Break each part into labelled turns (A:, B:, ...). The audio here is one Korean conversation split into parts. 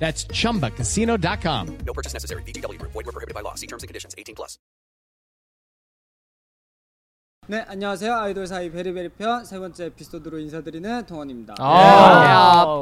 A: That's chumbacasino.com.
B: No purchase necessary. VGW Group. Void were prohibited by law. See terms and conditions. 18 plus.
C: 네, 안녕하세요. 아이돌 사이 베리베리 편 세 번째 에피소드로 인사드리는 동원입니다.
D: 아.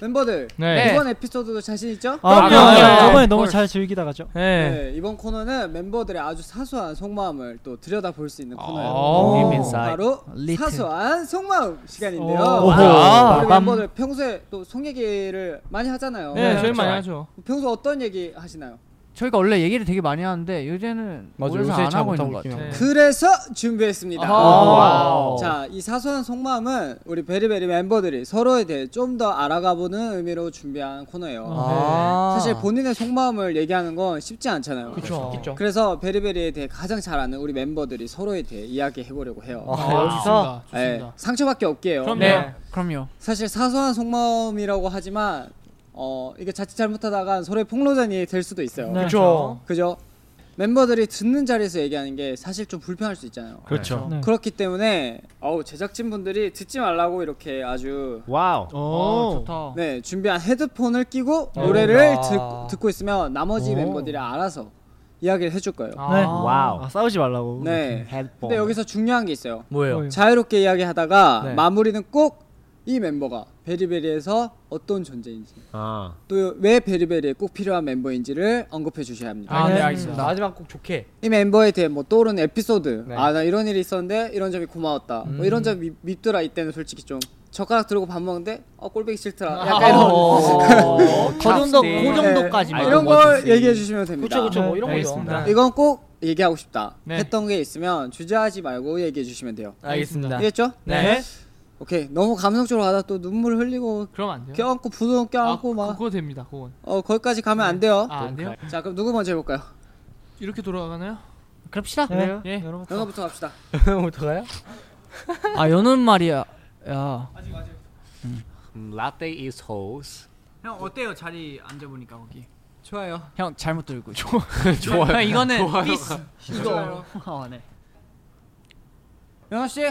C: 멤버들,
E: 네.
C: 이번 에피소드도 자신 있죠?
F: 아,
E: 아,
F: 그럼요.
E: 네.
F: 저번에 너무
E: 헐.
F: 잘 즐기다 가죠.
E: 네.
C: 네, 이번 코너는 멤버들의 아주 사소한 속마음을 또 들여다 볼 수 있는
D: 어,
E: 오.
D: 네,
E: Deep
C: 코너예요.
E: inside.
C: 바로
E: Little.
C: 사소한 속마음 시간인데요.
F: 오호.
C: 아, 우리
F: 빠밤.
C: 멤버들 평소에 또 속 얘기를 많이 하잖아요.
E: 네,
D: 네,
E: 제일
D: 그렇죠.
E: 많이 하죠.
C: 평소 어떤 얘기 하시나요?
D: 저희가 원래 얘기를 되게 많이 하는데 요새는
E: 맞아요.
D: 오래서
E: 요새
D: 안
E: 잘
D: 하고 있는
E: 못하고
D: 것
E: 있긴
D: 같아요.
E: 해요.
C: 그래서 준비했습니다.
D: 와우.
C: 자, 이 사소한 속마음은 우리 베리베리 멤버들이 서로에 대해 좀 더 알아가보는 의미로 준비한 코너예요.
D: 아.
C: 사실 본인의 속마음을 얘기하는 건 쉽지 않잖아요.
E: 그렇죠. 있죠.
C: 그래서 베리베리에 대해 가장 잘 아는 우리 멤버들이 서로에 대해 이야기해보려고 해요.
E: 아, 좋습니다.
C: 네,
E: 좋습니다.
C: 상처밖에 없게요.
E: 그럼요.
D: 아, 네, 그럼요.
C: 사실 사소한 속마음이라고 하지만 어, 이게 자칫 잘못하다간 서로의 폭로전이 될 수도 있어요.
E: 그렇죠.
C: 그죠? 멤버들이 듣는 자리에서 얘기하는 게 사실 좀 불편할 수 있잖아요.
G: 그렇죠.
F: 네.
C: 그렇기 때문에 어우 제작진 분들이 듣지 말라고 이렇게 아주
G: 와우.
F: Oh,
D: 어,
E: 오.
D: 좋다.
C: 네 준비한 헤드폰을 끼고
E: 어,
C: 노래를
E: 야.
C: 듣, 듣고 있으면 나머지 멤버들이 알아서 이야기를 해줄 거예요.
F: 네.
G: 와우.
F: 아, 싸우지 말라고.
C: 네.
G: 헤드폰.
C: 근데 여기서 중요한 게 있어요.
E: 어. 뭐예요?
C: 자유롭게 이야기하다가
E: 네.
C: 마무리는 꼭 이 멤버가 베리베리에서 어떤 존재인지
G: 아.
C: 또 왜 베리베리에 꼭 필요한 멤버인지를 언급해 주셔야 합니다.
E: 아, 네,
F: 네.
E: 알겠습니다. 마지막 꼭 좋게.
C: 이 멤버에 대해 뭐 떠오르는 에피소드
E: 네. 음.
C: 아 나 이런 일이 있었는데 이런 점이 고마웠다 뭐 이런 점 밉, 밉더라 이때는 솔직히 좀 젓가락 들고 밥 먹는데 어 꼴보기 싫더라
D: 아,
C: 약간
E: 어,
C: 이런
D: 네. 정도,
E: 아, 그
C: 정도까지만 이런 걸 얘기해 주시면 됩니다
E: 그렇죠, 그렇죠. 뭐 이런
D: 알겠습니다.
E: 거죠.
C: 이건 꼭 얘기하고 싶다
E: 네.
C: 했던 게 있으면 주저하지 말고 얘기해 주시면 돼요
E: 알겠습니다.
C: 알겠죠?
E: 네.
C: 오케이 너무 감성적으로 하다 또 눈물 흘리고
E: 그럼
D: 네.
E: 안 돼요? 아,
C: 껴안고 부둥
D: 아,
C: 껴안고 막
E: 그거 됩니다. 그건.
C: 어, 거기까지 가면 안 돼요
E: 아, 안 돼요?
C: 자 그럼 누구 먼저 해볼까요?
E: 이렇게 돌아가나요?
D: 그럽시다.
F: 그래요?
D: 네,
E: 예.
F: 여러분.
C: 연어부터 갑시다
E: 어떡해요?
D: 아, 연은 말이야. 야.
G: 음, 라떼 is hose.
H: 형 어때요 자리 앉아보니까 거기 좋아요
D: 형 잘못 들고. 좋아.
H: 형 이거는 피스 이거
C: 어,
D: 아, 네.
H: 연아씨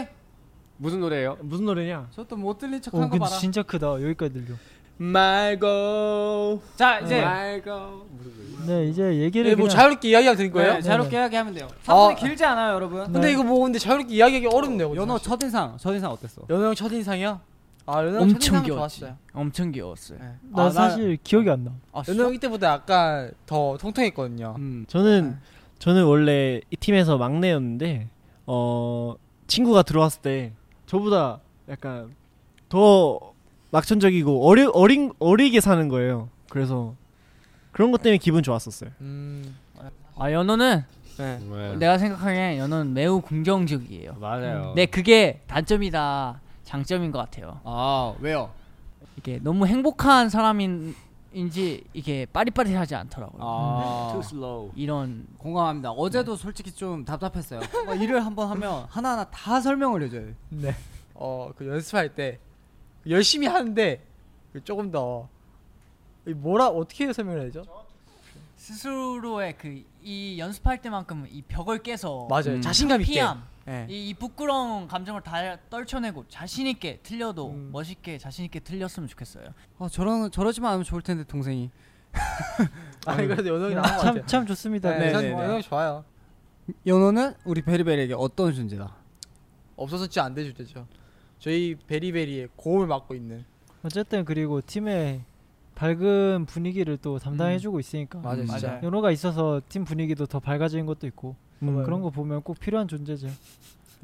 G: 무슨 노래예요?
F: 무슨 노래냐?
H: 저 또 못 들린
D: 어,
F: 오,
H: 척한 거
F: 근데
H: 봐라
F: 진짜 크다. 여기까지 들려.
C: 말고
H: 자 이제
F: 네, 이제 얘기를
E: 네, 뭐
F: 그냥-
E: 자유롭게 이야기가 되는 거예요?
H: 네, 자유롭게 이야기하면 돼요
C: 어.
H: 3분이 길지 않아요 여러분
F: 네.
E: 근데 이거 뭐 근데 자유롭게 이야기하기 어렵네요.
H: 연호 첫인상 첫인상 어땠어?
E: 연호 형 첫인상이요? 아, 연호 형
D: 엄청
E: 첫인상
D: 귀여웠어요.
E: 좋았어요.
D: 엄청 귀여웠어요.
E: 네.
F: 나 사실 기억이 안 나.
D: 아, 진짜?
E: 연호 형 이때보다 약간 더 통통했거든요.
D: 음.
F: 저는 저는 원래 이 팀에서 막내였는데 어 친구가 들어왔을 때 저보다 약간 더 낙천적이고 어리 어린 어리게 사는 거예요. 그래서 그런 것 때문에 기분 좋았었어요.
E: 음.
D: 아, 연호는
E: 네.
D: 내가 생각하기엔 연호는 매우 긍정적이에요.
G: 맞아요.
D: 네, 그게 단점이다. 장점인 것 같아요.
E: 아, 왜요?
D: 이게 너무 행복한 사람인지 이게 빠릿빠릿하지 않더라고요.
I: 아.
G: Too slow.
D: 이런
H: 공감합니다 어제도 솔직히 좀 답답했어요 막 일을 한번 하면 하나하나 다 설명을 해줘요
E: 네. 어, 그 연습할 때 열심히 하는데 그 조금 더이 뭐라 어떻게 설명을 해야죠?
J: 스스로의 그 이 연습할 때만큼 이 벽을 깨서
E: 맞아요.
G: 음.
E: 자신감 있게.
J: 피함
E: 네.
J: 이, 이 부끄러운 감정을 다 떨쳐내고 자신 있게 틀려도
E: 음.
J: 멋있게 자신 있게 틀렸으면 좋겠어요.
H: 어 저런 저러지만 않으면 좋을 텐데 동생이
E: 아니 그래도 연호이 나온 것 같아요.
F: 참 참 좋습니다.
E: 네,
C: 네,
E: 전
C: 네, 네.
E: 연호이 좋아요.
C: 연호는 우리 베리베리에게 어떤 존재다?
E: 없어서 진짜 안 되죠, 되죠. 저희 베리베리의 고음을 맡고 있는.
F: 어쨌든 그리고 팀의 밝은 분위기를 또 담당해주고 있으니까
E: 맞아요,
H: 진짜.
F: 연호가 있어서 팀 분위기도 더 밝아지는 것도 있고
C: 음, 네.
F: 그런 거 보면 꼭 필요한 존재죠. 어,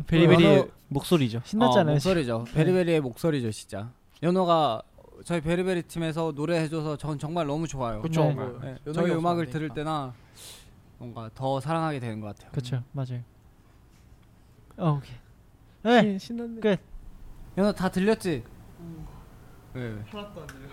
C: 베리베리의
F: 목소리죠. 신났잖아요.
C: 어,
I: 네.
C: 목소리죠. 베리베리의 목소리죠, 진짜. 연호가 저희 베리베리 팀에서 노래해줘서 전 정말 너무 좋아요.
F: 그쵸.
E: 뭐,
C: 네,
E: 연호이
C: 저희
E: 없으면
C: 음악을
E: 안
C: 들을
E: 되니까.
C: 때나 뭔가 더 사랑하게 되는 것 같아요.
F: 그렇죠, 맞아요. 어, 오케이. 네, 신났네. 끝.
C: 연호 다 들렸지? 네. 하나도 안 들려.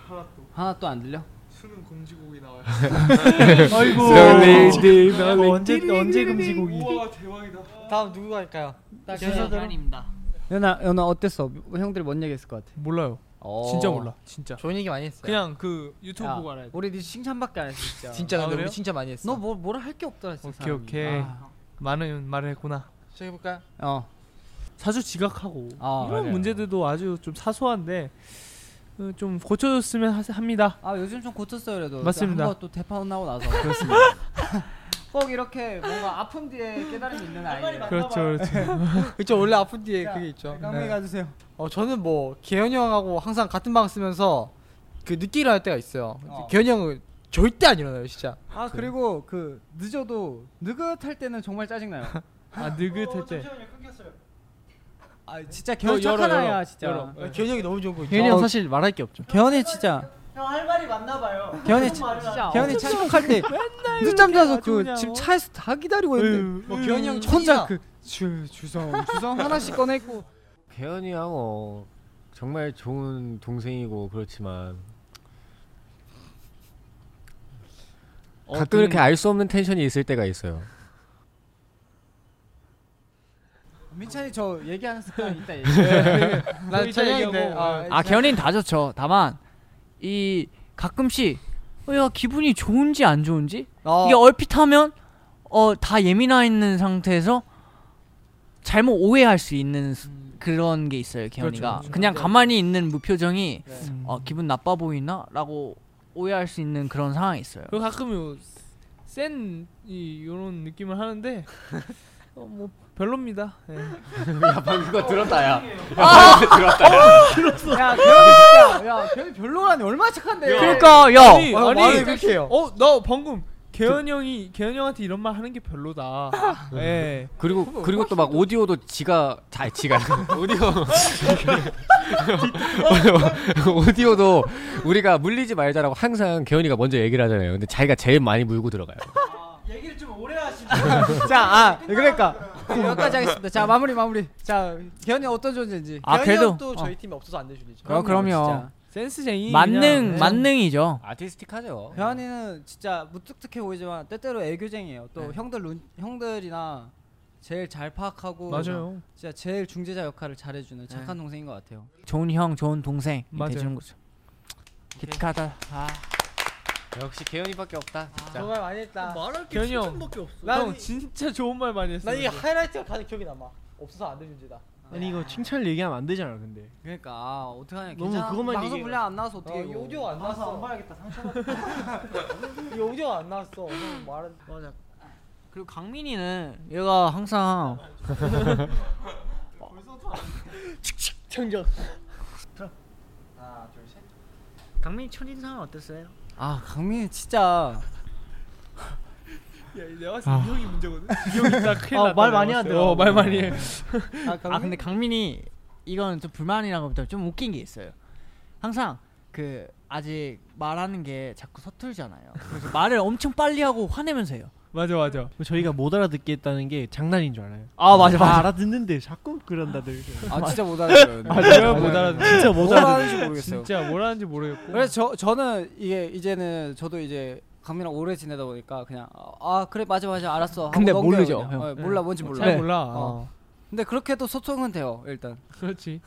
C: 하나도. 안 들려?
K: 수능 금지곡이 나와요.
F: 그
E: 아이고.
F: 네.
I: 네.
L: Darling,
I: 어,
E: 이거
L: darling.
E: 언제 언제 금지곡이?
K: 우와 대박이다. 다음 누구 할까요?
M: 제사대로 아닙니다.
C: 연아 연아 네, 어땠어? 형들 뭔 얘기했을 것 같아? 어.
I: 몰라요. 진짜 몰라. 진짜.
K: 좋은 얘기
C: 네,
K: 많이 했어요.
I: 그냥 그 유튜브
C: 야,
I: 보고 알아야 돼.
C: 우리 네 칭찬밖에 안 했어 진짜.
K: 진짜
I: 아,
K: 근데
I: 그래요?
K: 우리 진짜 많이 했어.
C: 너뭐 뭐라 할 게 없더라 진짜.
I: 오케이
C: 사람이.
I: 오케이.
C: 아.
I: 많은 말을 했구나.
K: 시작해볼까요?
C: 어.
I: 사주 지각하고
C: 아,
I: 이런
C: 맞아요.
I: 문제들도 아주 좀 사소한데 어, 좀 고쳐줬으면 하- 합니다.
C: 아 요즘 좀 고쳤어요 그래도.
I: 맞습니다.
C: 한번또 대파 나고 나서. 그렇습니다. 꼭 이렇게 뭔가 아픔 뒤에 깨달음이 있는 아이.
I: 그렇죠 그렇죠.
K: 그쵸 원래 아픈 뒤에 그게 있죠.
C: 깡패 가주세요.
K: 어 저는 뭐 개현이 형하고 항상 같은 방 쓰면서 그 늦게 일어날 때가 있어요.
C: 어.
K: 개현이 형은 절대 안 일어나요 진짜.
C: 아 그리고 그 늦어도 느긋할 때는 정말 짜증나요.
I: 아 느긋할 때.
C: 아 진짜 개운
K: 그
C: 착한 아이야 진짜.
K: 네, 개현이 형이 너무 좋은 거 있죠.
I: 어,
E: 개현이 형 사실 말할 게 없죠.
C: 개운이 진짜. 형 할 말이 맞나 봐요. 개운이 진- 진짜 개운이 참석할 때 늦잠 자서 그 집 차에서 다 기다리고 있는데
K: 뭐 개현이 형
C: 혼자 그 주, 주성 주성 하나씩 꺼내 있고
F: 개연이 형 어, 정말 좋은 동생이고 그렇지만 가끔 이렇게 알 수 없는 텐션이 있을 때가 있어요.
C: 민찬이 저 얘기하는 습관 있다 얘기. 네.
K: 난 찬영인데. 아,
D: 아 개연이는 다 좋죠. 다만 이 가끔씩 어, 야 기분이 좋은지 안 좋은지
C: 아,
K: 어,
D: 이게 얼핏 하면 어 다 예민해 있는 상태에서 잘못 오해할 수 있는 수- 그런 게 있어요 개연이가
I: 음. 그렇죠.
D: 그냥 가만히 있는 무표정이
K: 네.
D: 어, 기분 나빠 보이나라고 오해할 수 있는 그런 상황이 있어요.
I: 그리고 가끔 요센이 요런 느낌을 하는데 어, 뭐 별로입니다. 예.
L: 방금 그거 들었다 야.
C: 야 개운이 진짜 야 개운이 별로라니 얼마나 착한데.
D: 그러니까 야
I: 아니,
K: 아,
I: 아니,
K: 말을 그렇게 해요.
I: 어, 나 방금 개현 형이 개현 형한테 이런 말 하는 게 별로다.
D: 네.
I: 예.
F: 그리고 그리고 또 막 오디오도 지가 자 지가 오디오 오디오도 우리가 물리지 말자라고 항상 개연이가 먼저 얘기를 하잖아요. 근데 자기가 제일 많이 물고 들어가요.
C: 자아 그러니까 여기까지 하겠습니다. 자 마무리 마무리. 자 개운이 어떤 존재인지.
D: 아,
K: 개현이
D: 그래도-
K: 형도 저희
D: 어.
K: 팀에 없어서 안 되시죠.
C: 아,
D: 어, 그럼요
C: 진짜.
I: 센스쟁이.
D: 만능
I: 그냥.
D: 만능이죠.
C: 어.
F: 아티스틱하죠.
C: 배환이는 진짜 무뚝뚝해 보이지만 때때로 애교쟁이에요. 또 형들 눈, 형들이나 제일 잘 파악하고
I: 맞아요.
C: 진짜 제일 중재자 역할을 잘해주는 착한 동생인 것 같아요.
D: 좋은 형 좋은 동생
I: 맞아요.
D: 되주는 거죠. 기특하다. 아.
F: 역시 개연이밖에 없다. 진짜.
K: 어, 정말 많이 했다.
I: 말할 게 개현 형.
K: 난
I: 형
K: 이-
I: 진짜 좋은 말 많이 했어.
K: 난 이 하이라이트가 가장 기억에 남아. 없어서 안 되는 존재다.
E: 아니 이거 칭찬을 얘기하면 안 되잖아 근데.
C: 그러니까 아, 어떡하냐.
E: 너무
C: 괜찮아.
E: 그것만
C: 방송
E: 얘기해요.
C: 분량 안 나와서 어떻게
K: 어, 이 오디오 안 나왔어. 안 말하겠다. 상처받. 이 오디오 안 나왔어. 오늘 말은 맞아.
D: 그리고 강민이는 얘가 항상 강민이 첫인상은 어땠어요?
C: 아 강민 진짜
I: 야, 내가 봤을 때이 형이 문제거든. 이 형이 딱 큰일
E: 아,
I: 났다.
E: 말
I: 내가 봤을
E: 많이
I: 때.
E: 하더라고.
I: 어,
F: 네.
I: 말 많이 해.
D: 아 근데 강민이 이건 좀 불만이라기보다 좀 웃긴 게 있어요. 항상 그 아직 말하는 게 자꾸 서툴잖아요. 그래서 말을 엄청 빨리 하고 화내면서 해요.
I: 맞아 맞아.
E: 저희가 못 알아듣겠다는 게 장난인 줄 알아요. 네,
D: 아
E: 다 알아듣는데 자꾸 그런다들.
C: 아 진짜 못 알아들어요.
I: 내가 못 알아듣.
E: 진짜 못
C: 못
E: 알아.
C: 알아는지 모르겠어요.
I: 진짜 뭘 하는지 모르겠고.
C: 그래서 저 저는 이게 이제는 저도 이제 강민이랑 오래 지내다 보니까 그냥 아 그래 맞아 맞아 알았어. 하고
D: 근데
C: 넘겨요,
D: 모르죠,
C: 그냥.
D: 형.
C: 어, 몰라 뭔지 몰라.
I: 잘 몰라.
C: 어. 근데 그렇게도 소통은 돼요 일단.
I: 그렇지.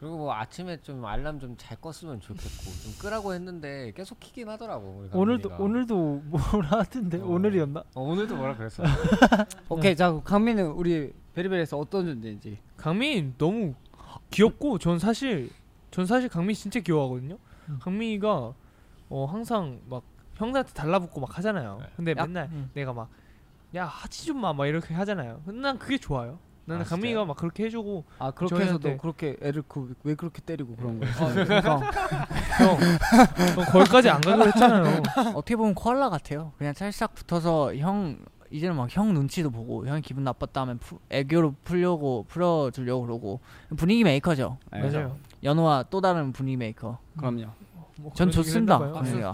F: 그리고 뭐 아침에 좀 알람 좀 잘 껐으면 좋겠고 좀 끄라고 했는데 계속 키긴 하더라고. 우리
E: 오늘도
F: 강민이가.
E: 오늘도 뭐라 하던데
F: 어.
E: 오늘이었나?
F: 어, 오늘도 뭐라 그랬어.
C: 오케이 자 그럼 강민은 우리 베리베리에서 어떤 존재인지
I: 강민 너무 귀엽고 전 사실 전 사실 강민 진짜 귀여워하거든요. 강민이가 어 항상 막 형들한테 달라붙고 막 하잖아요. 근데
D: 약-
I: 맨날
D: 음.
I: 내가 막 야 하지 좀 마 막 이렇게 하잖아요. 근데 난 그게 좋아요. 나는
F: 아,
I: 강민이가 막 그렇게 해주고
C: 아 그렇게
I: 저희한테- 음. 아, 그러니까.
C: 해서도 그렇게 애를 그, 왜 그렇게 때리고 그런 거예요
I: 형, 형 거기까지 안 가기로 했잖아요.
D: 어떻게 보면 코알라 같아요. 그냥 찰싹 붙어서 형 이제는 막 형 눈치도 보고 형이 기분 나빴다 하면 푸- 애교로 풀려고 풀어주려고 그러고 분위기 메이커죠.
I: 맞아요.
D: 연호와 또 다른 분위기 메이커.
C: 그럼요
I: 뭐
D: 전
I: 그런 얘기를
D: 좋습니다.
I: 했나 봐요.
D: 강민이가.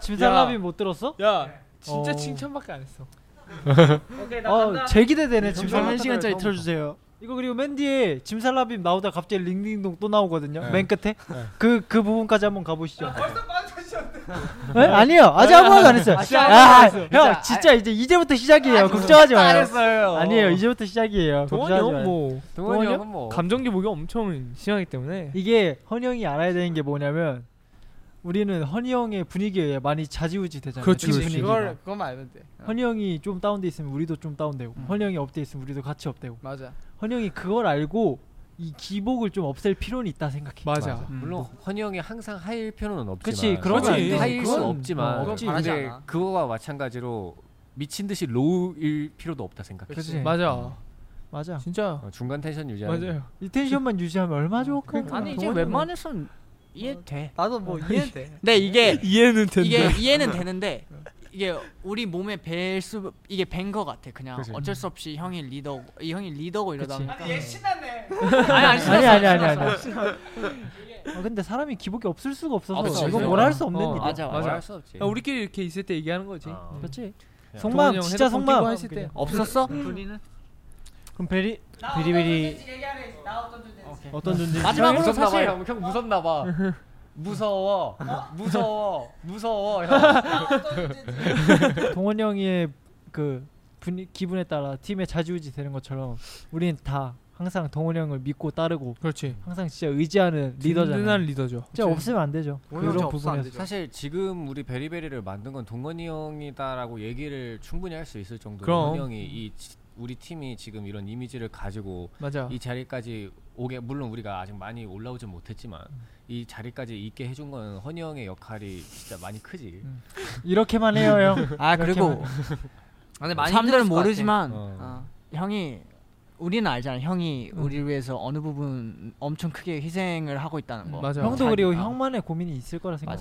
E: 집사람이 못 들었어?
I: 야 진짜
E: 어.
I: 칭찬밖에 안 했어.
F: 네,
E: 어, 제 기대되네. 집사람 한 시간짜리 틀어주세요. 이거 그리고 맨 뒤에 짐살라빔 나오다 가 갑자기 링딩동 또 나오거든요.
C: 네.
E: 맨 끝에 그 그 부분까지 한번 가보시죠. 네?
C: 네?
E: 아니에요. 아직 아무 말도 안 했어요.
C: 아, 시작 안
E: 아,
C: 했어요.
E: 형 진짜 아, 이제 이제부터 시작이에요. 걱정하지
N: 진짜 안
E: 마요.
N: 했어요.
E: 아니에요. 이제부터 시작이에요.
N: 동원이
E: 걱정하지
N: 형은
E: 마요.
N: 뭐- 동원이
E: 동원이
N: 형은 뭐 감정 기복이 엄청 심하기 때문에
E: 이게 헌이 형이 알아야 되는 게 뭐냐면 우리는 헌이 형의 분위기에 의해 많이 자지우지 되잖아요.
N: 그렇지,
E: 팀
N: 그렇지.
E: 분위기가.
N: 그걸-
E: 그것만 알면 돼. 헌이 형이 좀 다운돼 있으면 우리도 좀 다운되고 헌이 형이 업돼 있으면 우리도 같이 업되고
N: 맞아.
E: 헌이 형이 그걸 알고 이 기복을 좀 없앨 필요는 있다 생각해. 음.
O: 물론 헌이 형이 항상 하일 필요는 없지만
E: 그치, 그런 건안 되지.
O: 하일 수
E: 그건- 어,
O: 없지만
E: 그건 바라지
O: 근데
E: 않아.
O: 그거와 마찬가지로 미친 듯이 로우일 필요도 없다 생각해. 네. 음.
E: 그치. 맞아. 맞아.
N: 진짜
O: 어, 중간 텐션 유지하는 게.
E: 이 텐션만 유지하면 얼마 좋을까?
D: 아니 이제 웬만해선 이해돼.
E: 나도 뭐 이해는 돼.
D: 근데 이게
E: 이해는 된다.
D: 이게 이해는 되는데 이게 우리 몸에 뵐수 이게 뵌거 같아. 그냥
E: 그치.
D: 어쩔 수 없이 형이 리더 이 형이 리더고 이러다
E: 그치.
D: 보니까.
E: 아니, 얘
D: 신났네. 아니 안 신났어.
E: 아니 아니
D: 안
E: 아니 아니.
D: 신났어.
E: 아, 근데 사람이 기복이 없을 수가 없어서
N: 없어,
E: 이건
N: 없어.
E: 뭘 할 수 없는
N: 어,
E: 일이야.
N: 맞아, 맞아. 할수 없지. 야, 우리끼리 이렇게 있을 때 얘기하는 거지.
E: 그렇지.
N: 그냥. 동원이
E: 속마음
N: 형
E: 진짜
N: 헤드폰
E: 속마음
N: 끼고 했을 때.
D: 없었어? 음.
N: 본인은?
P: 그럼 베리 베리베리 어떤 존재?
D: 마지막으로
O: 무섭나
D: 사실-
O: 봐, 형, 형 무섭나 봐. 무서워. 무서워. 무서워. 형.
E: 동원 형의 그 분위, 기분에 따라 팀에 자주우지 되는 것처럼 우리는 다 항상 동원 형을 믿고 따르고
O: 음.
N: 그렇지.
E: 항상 진짜 의지하는 리더잖아.
N: 든든한 리더죠. 그치.
E: 진짜 없으면 안 되죠.
N: 동원 형은 없으면 안 되죠.
O: 사실 지금 우리 베리베리를 만든 건 동건이 형이다라고 얘기를 충분히 할 수 있을 정도로
N: 그럼.
O: 동건이 형이 이 지- 우리 팀이 지금 이런 이미지를 가지고
N: 맞아.
O: 이 자리까지 오게 물론 우리가 아직 많이 올라오진 못했지만 이 자리까지 있게 해준 건 헌이 형의 역할이 진짜 많이 크지.
E: 이렇게만 해요, 형.
D: 아 그리고
O: 이렇게만.
Q: 아니, 많이
D: 사람들은
Q: 힘들었을 것 같아.
D: 모르지만
Q: 어.
D: 어, 형이 우리는 알잖아. 형이 우리를 위해서 어느 부분 엄청 크게 희생을 하고 있다는 거.
E: 형도 그리고
D: 자기가.
E: 형만의 고민이 있을 거라 생각.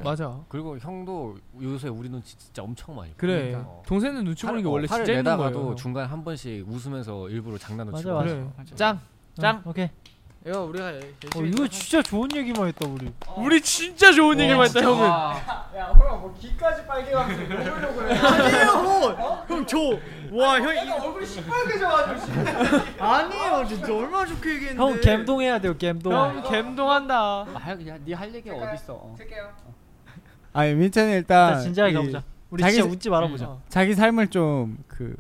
O: 그리고 형도 요새 우리 눈치 진짜 엄청 많이.
N: 그래.
E: 그러니까.
O: 보니까. 어.
N: 동생은 눈치 보는 게
O: 화를-
N: 원래
O: 어, 화를
N: 진짜 있는
O: 내다가도
N: 거예요.
O: 중간 한 번씩 웃으면서 일부러 장난도
E: 맞아,
O: 치고.
E: 맞아.
O: 그래요.
E: 맞아.
N: 짱. 짱.
E: 어, 오케이.
N: 이거 우리가
E: 어, 이거 진짜 좋은 얘기만 했다 우리.
N: 우리 진짜 좋은 얘기만 했다 형은.
C: 야, 그럼 뭐 귀까지 빨개가지고 먹으려고 그래. 아니에요.
E: 형 저. 와, 형
C: 이 얼굴이 시뻘개져가지고. 지금. 아니에요, 진짜 얼마나 좋게 얘기했는데.
E: 형 갬동해야 돼요, 갬동.
N: 형 갬동한다.
D: 아, 그냥 네할 얘기가
N: 어디 있어?
I: 아니 민찬이 일단
E: 일단 진지하게
I: 이
E: 가보자. 우리 진짜 웃지 말아보자.
I: 음, 자기 삶을 좀 그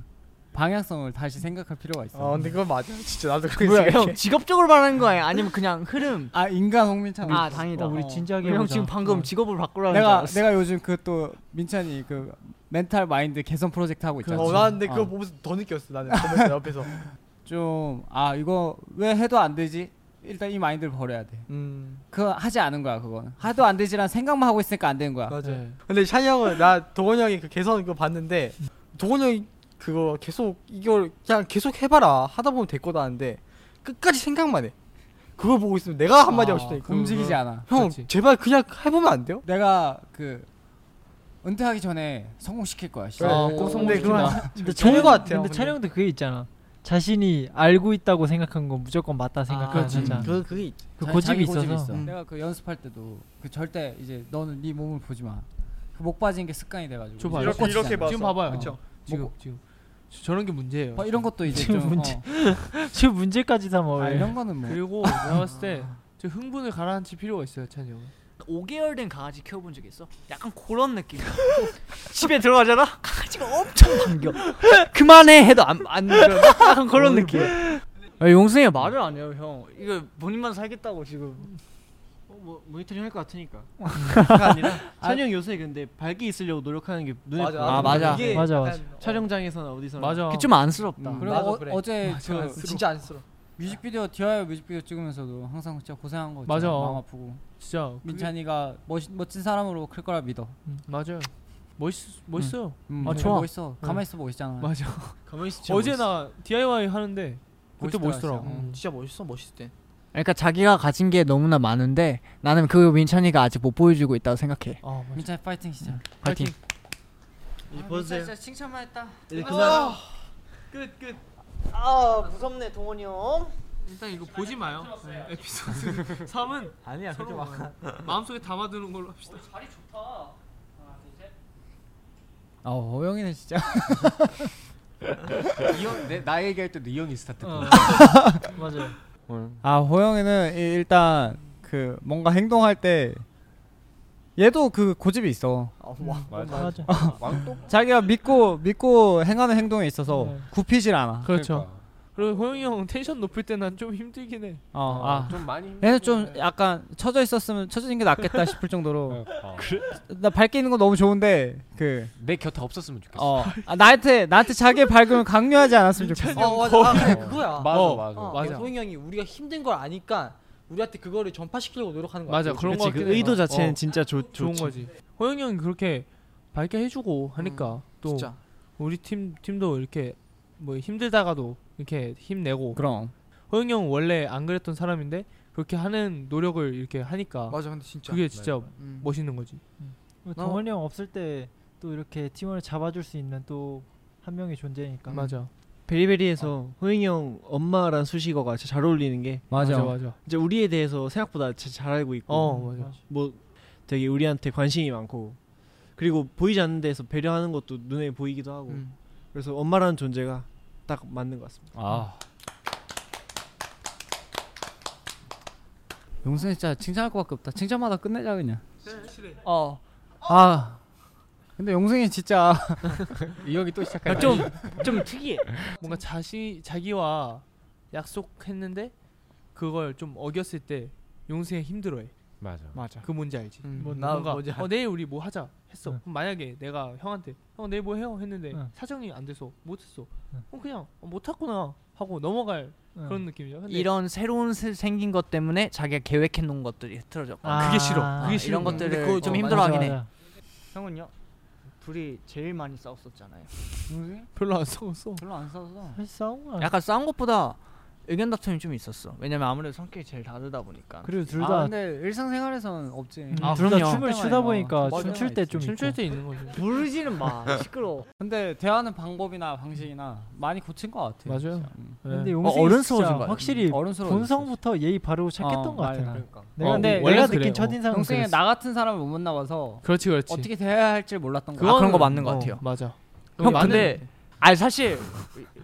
I: 방향성을 다시 생각할 필요가 있어.
E: 아, 근데
I: 그건 맞아. 진짜 나도
D: 뭐야 형 직업적으로 말하는 거야? 아니면 그냥 흐름?
I: 아 인간 홍민창.
D: 아 네. 다행이다.
I: 어, 우리 진지하게
D: 형
I: 해보자.
D: 지금 방금
I: 어.
D: 직업을 바꾸라는 줄
I: 내가
D: 알았어.
I: 내가 요즘 그 또 민찬이 그 멘탈 마인드 개선 프로젝트 하고 있잖아.
C: 어, 나 근데 그거
I: 어.
C: 보면서 더 느꼈어, 나는. 보면서 옆에서.
I: 좀 아 이거 왜 해도 안 되지? 일단 이 마인드를 버려야 돼. 그거 하지 않은 거야 그건. 하도 안 되지란 생각만 하고 있으니까 안 되는 거야.
C: 맞아. 근데 샤이 형은 나 동원 형이 그 개선 그거 봤는데 동원 형이 그거 계속 이걸 그냥 계속 해봐라 하다 보면 될 거다 하는데 끝까지 생각만 해. 그걸 보고 있으면 내가 한마디 하고 싶다니까. 어.
I: 움직이지 않아.
C: 그 형 제발 그냥 해보면 안 돼요?
I: 내가 그 은퇴하기 전에 성공시킬 거야. 진짜.
E: 어,
I: 어,
E: 꼭
I: 근데
E: 성공시킨다.
I: 그건-
E: 근데
I: 좋은 거 같아요.
E: 근데 촬영도 그게 있잖아. 자신이 알고 있다고 생각한 건 무조건 맞다 생각하는
I: 그렇지.
C: 음.
E: 거잖아.
I: 그- 그게 있-
E: 그
I: 자-
E: 고집이
I: 자기
E: 있어서. 음.
I: 내가 그 연습할 때도 그 절대 이제 너는 네 몸을 보지 마. 그목 빠진 게 습관이 돼가지고.
N: 저
I: 이제
N: 봐요.
I: 꽂히잖아.
N: 지금 봐봐요. 그쵸? 지금
I: 목-
N: 지금 저- 저런 게 문제예요.
I: 봐, 어, 이런 것도 이제
E: 지금
I: 좀,
E: 문제
I: 어.
E: 지금 문제까지 삼아.
I: 아, 이런 거는 뭐.
N: 그리고 내가 봤을 때저 흥분을 가라앉힐 필요가 있어요, 찬이 형은.
D: 5개월 된 강아지 키워본 적 있어? 약간 그런 느낌. 집에 들어가잖아. 강아지가 엄청 반겨. 그만해 해도 안안 들어. 약간 그런 느낌. 아, 용승이 말을 안 해요 형. 이거 본인만 살겠다고 지금.
F: 뭐 모니터링 할 것 같으니까.
D: 그게 아니라
F: 찬이 형 요새 근데 밝게 있으려고 노력하는 게 눈에
D: 맞아,
F: 보여.
D: 아, 맞아. 이게
E: 맞아, 맞아.
C: 어,
F: 촬영장에서나 어디서나.
D: 그게 좀 안쓰럽다.
N: 음.
I: 그리고
F: 나도
I: 어,
F: 그래.
I: 어제
F: 맞아,
I: 그
F: 안쓰러워. 진짜
C: 안쓰러.
I: 뮤직비디오 디아이 뮤직비디오 찍으면서도 항상 진짜 고생한 거
N: 맞아.
I: 있잖아. 마음 아프고.
N: 진짜 그게-
I: 민찬이가 멋 멋진 사람으로 클 거라 믿어.
N: 맞아요. 멋있 멋있어요.
I: 음,
N: 아,
I: 음,
N: 좋아.
I: 멋있어. 가만히 있어 멋있잖아.
N: 맞아.
F: 가만히 있어, 진짜
N: 어제 나 DIY 하는데 그때
I: 멋있더라,
N: 멋있더라고.
R: 음.
C: 음.
I: 진짜.
F: 진짜 멋있어 멋있을 때.
D: 그러니까 자기가 가진 게 너무나 많은데 나는 그 민찬이가 아직 못 보여주고 있다고 생각해.
I: 민찬이 파이팅 진짜.
D: 파이팅.
F: 이제 보세요.
C: 진짜 칭찬만 했다.
F: 이제 그만.
C: 끝 끝.
F: 아 무섭네 동원이 형.
N: 일단 이거 보지 마요. 네, 에피소드 3은
C: 아니야, 그러지 마.
N: 마음속에 담아두는 걸로 합시다.
Q: 자리 좋다.
I: 아, 어영이네 진짜.
S: 이 형, 내, 나 얘기할 때도 이 형이 스타트.
O: 어. 맞아요.
H: 아 호영이는 이- 일단 그 뭔가 행동할 때 얘도 그 고집이 있어.
C: 음.
E: 왕- 맞아. 맞아.
H: 왕 자기가 믿고 믿고 행하는 행동에 있어서
O: 네.
H: 굽히질 않아.
O: 그렇죠. 그리고 호영이 형 텐션 높을 때 난 좀 힘들긴 해.
H: 어, 아.
S: 좀 많이 힘들긴
H: 그래서 좀 약간 처져 있었으면 처진 게 낫겠다 싶을
S: 어.
H: 정도로.
S: 아, 그래?
H: 나 밝게 있는 거 너무 좋은데 그
S: 내 곁에 없었으면 좋겠어.
H: 어. 아, 나한테 나한테 자기의 밝음을 강요하지 않았으면 좋겠어.
E: 어 맞아 아 그래 그거야
S: 맞아,
E: 어.
S: 맞아.
E: 어,
S: 맞아.
E: 소영이 형이 우리가 힘든 걸 아니까 우리한테 그거를 전파시키려고 노력하는 거
O: 맞아,
E: 같아.
O: 그런 거
F: 그치, 그
O: 같긴 해요.
F: 의도 자체는
O: 어.
F: 진짜 좋
O: 좋은
F: 좋지.
O: 거지. 호영이 형이 그렇게 밝게 해주고
E: 음.
O: 하니까 또
E: 진짜.
O: 우리 팀 팀도 이렇게 뭐 힘들다가도 이렇게 힘내고.
H: 그럼.
O: 호영이 형 원래 안 그랬던 사람인데 그렇게 하는 노력을 이렇게 하니까.
E: 맞아, 근데 진짜.
O: 그게
C: 네.
O: 진짜
E: 맞아. 음.
O: 멋있는 거지.
E: 어,
R: 동원이 형 없을 때 또 이렇게 팀원을 잡아줄 수 있는 또 한 명의 존재니까.
F: 베리베리에서 호영이 형 엄마란 수식어가 진짜 잘 어울리는 게
R: 맞아. 맞아, 맞아.
F: 이제 우리에 대해서 생각보다 진짜 잘 알고 있고.
O: 어, 맞아.
F: 뭐 되게 우리한테 관심이 많고 그리고 보이지 않는 데서 배려하는 것도 눈에 보이기도 하고. 그래서 엄마라는 존재가 딱 맞는 것 같습니다.
S: 아.
I: 용순이 진짜 칭찬할 것밖에 없다. 칭찬마다 끝내자 그냥.
E: 어.
I: 아 근데 용승이 진짜
S: 이 형이 또
O: 아,
S: 시작하네.
O: 뭔가 자시 자기와 약속했는데 그걸 좀 어겼을 때 용승이 힘들어해.
S: 맞아.
O: 맞아. 그 뭔지 알지.
E: 뭐, 나
O: 뭔가
E: 뭔지
O: 어,
E: 알-
O: 내일 우리 뭐 하자 했어. 그럼 만약에 내가 형한테 형 내일 뭐 해요 했는데 사정이 안 돼서 못 했어. 그럼 그냥 어, 못 했구나 하고 넘어갈 그런 느낌이야. 근데
D: 이런 새로운 새- 생긴 것 때문에 자기가 계획해 놓은 것들이 틀어져.
O: 아, 그게 싫어. 그게
D: 이런
O: 싫은 거야.
D: 것들을
O: 근데 그거
D: 좀
O: 어,
D: 힘들어하긴
O: 맞아,
D: 해.
O: 맞아.
G: 형은요? 둘이 제일 많이 싸웠었잖아요.
O: 별로 안 싸웠어.
G: 별로 안 싸웠어.
R: 싸운
G: 아,
O: 아.
R: 거
D: 약간 싸운 것보다 의견 다툼이 좀 있었어. 왜냐면 아무래도 성격이 제일 다르다 보니까.
R: 그리고 둘
I: 아
R: 다-
I: 근데 일상생활에서는 없지.
N: 음.
R: 아, 둘다 춤을 추다 보니까 춤출 때 좀 있고.
I: 부르지는 마. 시끄러.
O: 어,
I: 근데 대하는 방법이나 방식이나 많이 고친 것 같아.
O: 맞아요.
E: 네.
O: 네,
R: 근데 네.
D: 어,
R: 용승이 진짜
D: 음,
R: 확실히 본성부터 예의 바르고
I: 어,
R: 착했던 것 같아. 나는.
O: 어,
R: 내가
I: 내가 근데
R: 내가
I: 내가
R: 느낀 첫인상은
I: 동생이
R: 그랬어.
I: 나 같은 사람을 못 만나봐서
O: 그렇지, 그렇지. 어,
I: 어떻게 대해야 할지 몰랐던 거.
D: 아, 그런 거 맞는
I: 어.
D: 것 같아요.
O: 맞아.
D: 형
I: 맞는-
D: 근데 아니 사실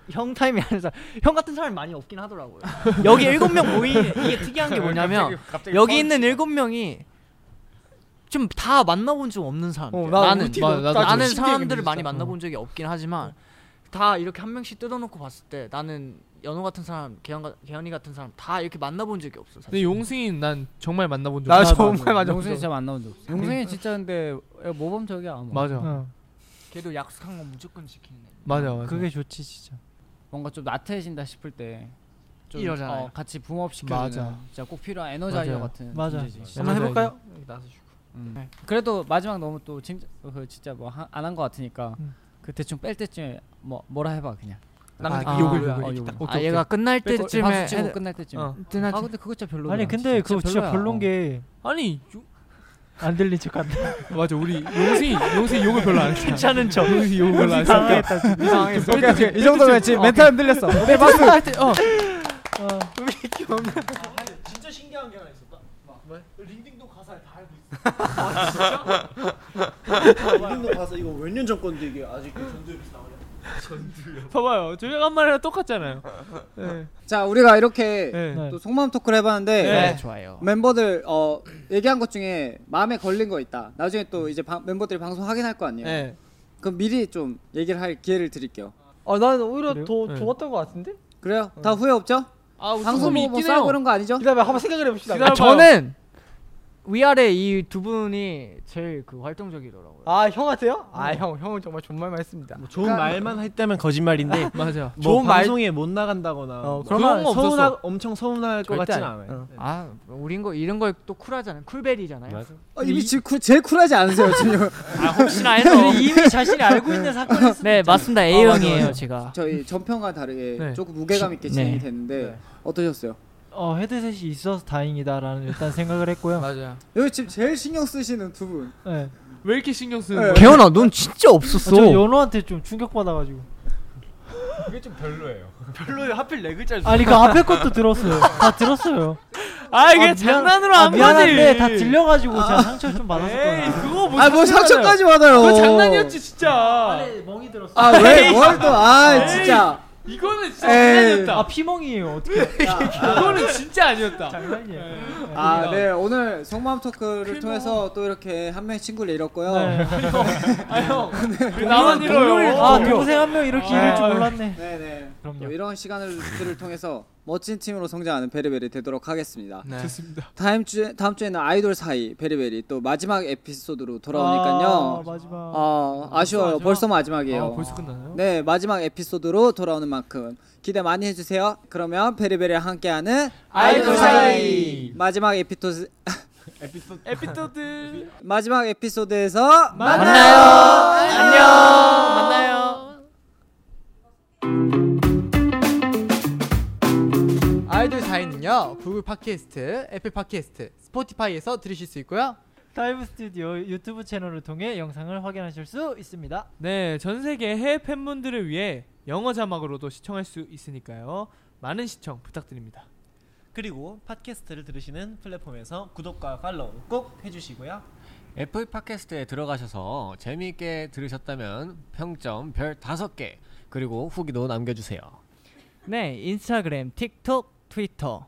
D: 형 타임이 아니라 형 같은 사람이 많이 없긴 하더라고요. 여기
G: 여기
D: 일곱
G: 일곱
D: 명
G: 명
D: 모이
G: 모인
D: 이게 특이한 게 뭐냐면
G: 갑자기- 갑자기
D: 여기 있는 일곱 명이 좀 다 만나본 적 없는 사람.
G: 어,
D: 들
G: 나
D: 나는
G: 우리 팀
D: 나,
G: 나도
D: 는
G: 신기하게
D: 사람들을 많이
G: 느꼈어.
D: 만나본 적이 없긴 하지만 다 이렇게 한 명씩 뜯어놓고 봤을 때 나는 연호 같은 사람, 개현 가- 개현이 같은 사람 다 이렇게 만나본 적이 없어. 사실.
O: 근데 용승이 난 정말 만나본 적.
D: 나
O: 없어.
D: 정말 나도. 만나본
I: 용승이 진짜 만나본 적 없어. 용승이 진짜 근데 모범적이야. 아마.
O: 맞아. 어.
D: 걔도 약속한 건 무조건 지키는 애.
O: 맞아, 맞아.
I: 그게 좋지 진짜. 뭔가 좀 나태해진다 싶을 때. 좀,
D: 이러잖아요.
I: 어, 같이 붐업 시켜주는
D: 맞아.
I: 진짜 꼭 필요한 에너자이어
D: 맞아요.
I: 같은
D: 맞아.
I: 존재지.
D: 한번 에너자이어. 해볼까요?
E: 나서 주고.
I: 음. 그래도 마지막 너무 또 진짜 그 진짜 뭐 안 한 거 같으니까 그 대충 뺄 때쯤에 뭐 뭐라 해봐 그냥.
D: 남- 아, 욕을, 욕을. 아, 얘가 끝날 때쯤에
I: 박수 치고
D: 해도-
I: 끝날 때쯤.
D: 어.
I: 아 근데 그거 진짜 별로.
R: 아니 근데 그거 진짜 별론 게
O: 아니
R: 안 들린 척한다.
O: 맞아 우리 용승이 용승이 욕을 별로 안 했어.
R: 괜찮은 척.
O: 용승이 욕을 별로 안 했어.
R: 당황했다, 지금.
O: 좀
H: 오케이, 오케이.
O: 삐뚤-
H: 이 정도면
O: 삐뚤-
H: 지금
O: 어,
H: 멘탈
O: 오케이.
H: 흔들렸어.
O: 오케이,
H: 오케이, 박수.
O: 할 때- 어.
E: 왜 이렇게 없냐?
G: 진짜 신기한 게 하나 있었다. 뭐? 링딩동 가사를 다 알고 있어. 아,
T: 이름도 봐서 이거 몇 년 전 건데 이게 아직도
G: 그
T: 전두엽이 나오냐? 전두엽.
O: 봐봐요. 저희가 한 말이랑 똑같잖아요. 네.
C: 자 우리가 이렇게
O: 네.
C: 또 속마음 토크를 해봤는데
O: 네, 좋아요.
C: 멤버들 어, 얘기한 것 중에 마음에 걸린 거 있다 나중에 또 이제 방- 멤버들이 방송 확인할 거 아니에요
E: 네.
C: 그럼 미리 좀 얘기를 할 기회를 드릴게요
E: 아 나는 오히려 더
C: 네.
E: 좋았던 것 같은데?
C: 그래요? 다 후회 없죠?
E: 아, 우리
C: 방송
E: 조금
C: 보고 뭐
E: 있긴
C: 싸우고
E: 해요.
C: 그런 거 아니죠?
E: 기다려봐, 한번 생각을 해봅시다.
D: 아, 저는 위아래 이 두 분이 제일 그 활동적이더라고요.
E: 아 형한테요? 아 형, 형은 정말 존말만 했습니다.
F: 뭐 좋은 말만 했다면 거짓말인데
O: 맞아.
F: 뭐
E: 그러니까 좋은 말-
F: 방송에 못 나간다거나
E: 어,
F: 뭐
E: 그런 건 없었어.
F: 서운하, 엄청 서운할 것
D: 절대
F: 같진
D: 아니-
F: 않아요.
E: 어.
D: 아, 우린 거 이런 걸 또 쿨하잖아요. 쿨베리잖아요.
C: 어, 이미 지금 쿨- 제일 쿨하지 않으세요 지금
D: 아, 혹시나 해서 이미 자신이 알고 있는 사건일 수도 네, 맞습니다. A 형이에요, 제가.
C: 저희 전편과 다르게
R: 네.
C: 조금 무게감 있게 진행이
R: 네.
C: 됐는데 어떠셨어요?
R: 어 헤드셋이 있어서 다행이다라는 일단 생각을 했고요. 맞아요.
C: 여기 지금 제일 신경 쓰시는 두 분.
R: 네.
O: 왜 이렇게 신경 쓰는
R: 네.
O: 거야?
R: 개현아, 넌 진짜
D: 아,
R: 없었어. 저 연호한테 좀 충격받아가지고.
S: 그게 좀 별로예요.
G: 별로예요. 하필 네 글자를.
R: 아니 그 앞에 것도 들었어요. 다 들었어요.
D: 아 이게 장난으로 한
R: 미안한데
D: 거지.
R: 다 들려가지고 제가 상처 좀 받았을 거예요.
D: 그거
C: 아, 뭐 상처까지 받아요.
O: 뭐
D: 그거 장난이었지 진짜.
R: 멍이 들었어.
C: 아, 왜? 뭘 또, 아, 진짜.
D: 이거는 진짜
C: 에이.
D: 장난이었다.
R: 아 피멍이에요. 어떻게?
D: 이거는 진짜 아니었다. 장난이야.
C: 아, 네. 오늘 성마음 토크를 통해서 또 이렇게 한 명의 친구를 잃었고요.
D: 아 형. 왜 나만 잃어요?
R: 아 동생 한 명 이렇게
C: 아,
R: 이럴 줄 몰랐네.
C: 네네.
R: 그럼요.
C: 또 이런 시간들을 통해서 멋진 팀으로 성장하는 베리베리 되도록 하겠습니다.
E: 네. 좋습니다.
C: 다음 주에 다음 주에는 아이돌 사이 베리베리 또 마지막 에피소드로
R: 아,
C: 돌아오니까요.
R: 마지막.
C: 어, 아쉬워요. 벌써 마지막이에요.
R: 아, 벌써 끝나나요?
C: 네, 마지막 에피소드로 돌아오는 만큼 기대 많이 해주세요. 그러면 베리베리와 함께하는
D: 아이돌 사이!
C: 마지막 에피토스
D: 에피소드. 에피소드.
C: 마지막 에피소드에서
D: 만나요. 안녕. 만나요.
E: 아이돌 4인은요 구글 팟캐스트, 애플 팟캐스트, 스포티파이에서 들으실 수 있고요.
R: 다이브 스튜디오 유튜브 채널을 통해 영상을 확인하실 수 있습니다.
O: 네, 전 세계 해외 팬분들을 위해 영어 자막으로도 시청할 수 있으니까요. 많은 시청 부탁드립니다.
G: 그리고 팟캐스트를 들으시는 플랫폼에서 구독과 팔로우 꼭 해주시고요.
S: 애플 팟캐스트에 들어가셔서 재미있게 들으셨다면 평점 별 5개 그리고 후기도 남겨주세요.
D: 네, 인스타그램, 틱톡, 트위터,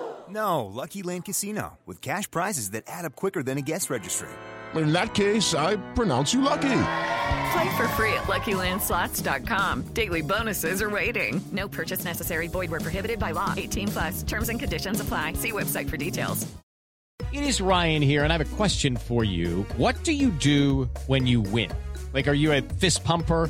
U: No, Lucky Land Casino, with cash prizes that add up quicker than a guest registry.
V: In that case, I pronounce you lucky.
W: Play for free at LuckyLandSlots.com. Daily bonuses are waiting. No purchase necessary. Void were prohibited by law. 18 plus. Terms and conditions apply. See website for details.
A: It is Ryan here, and I have a question for you. What do you do when you win? Like, are you a fist pumper?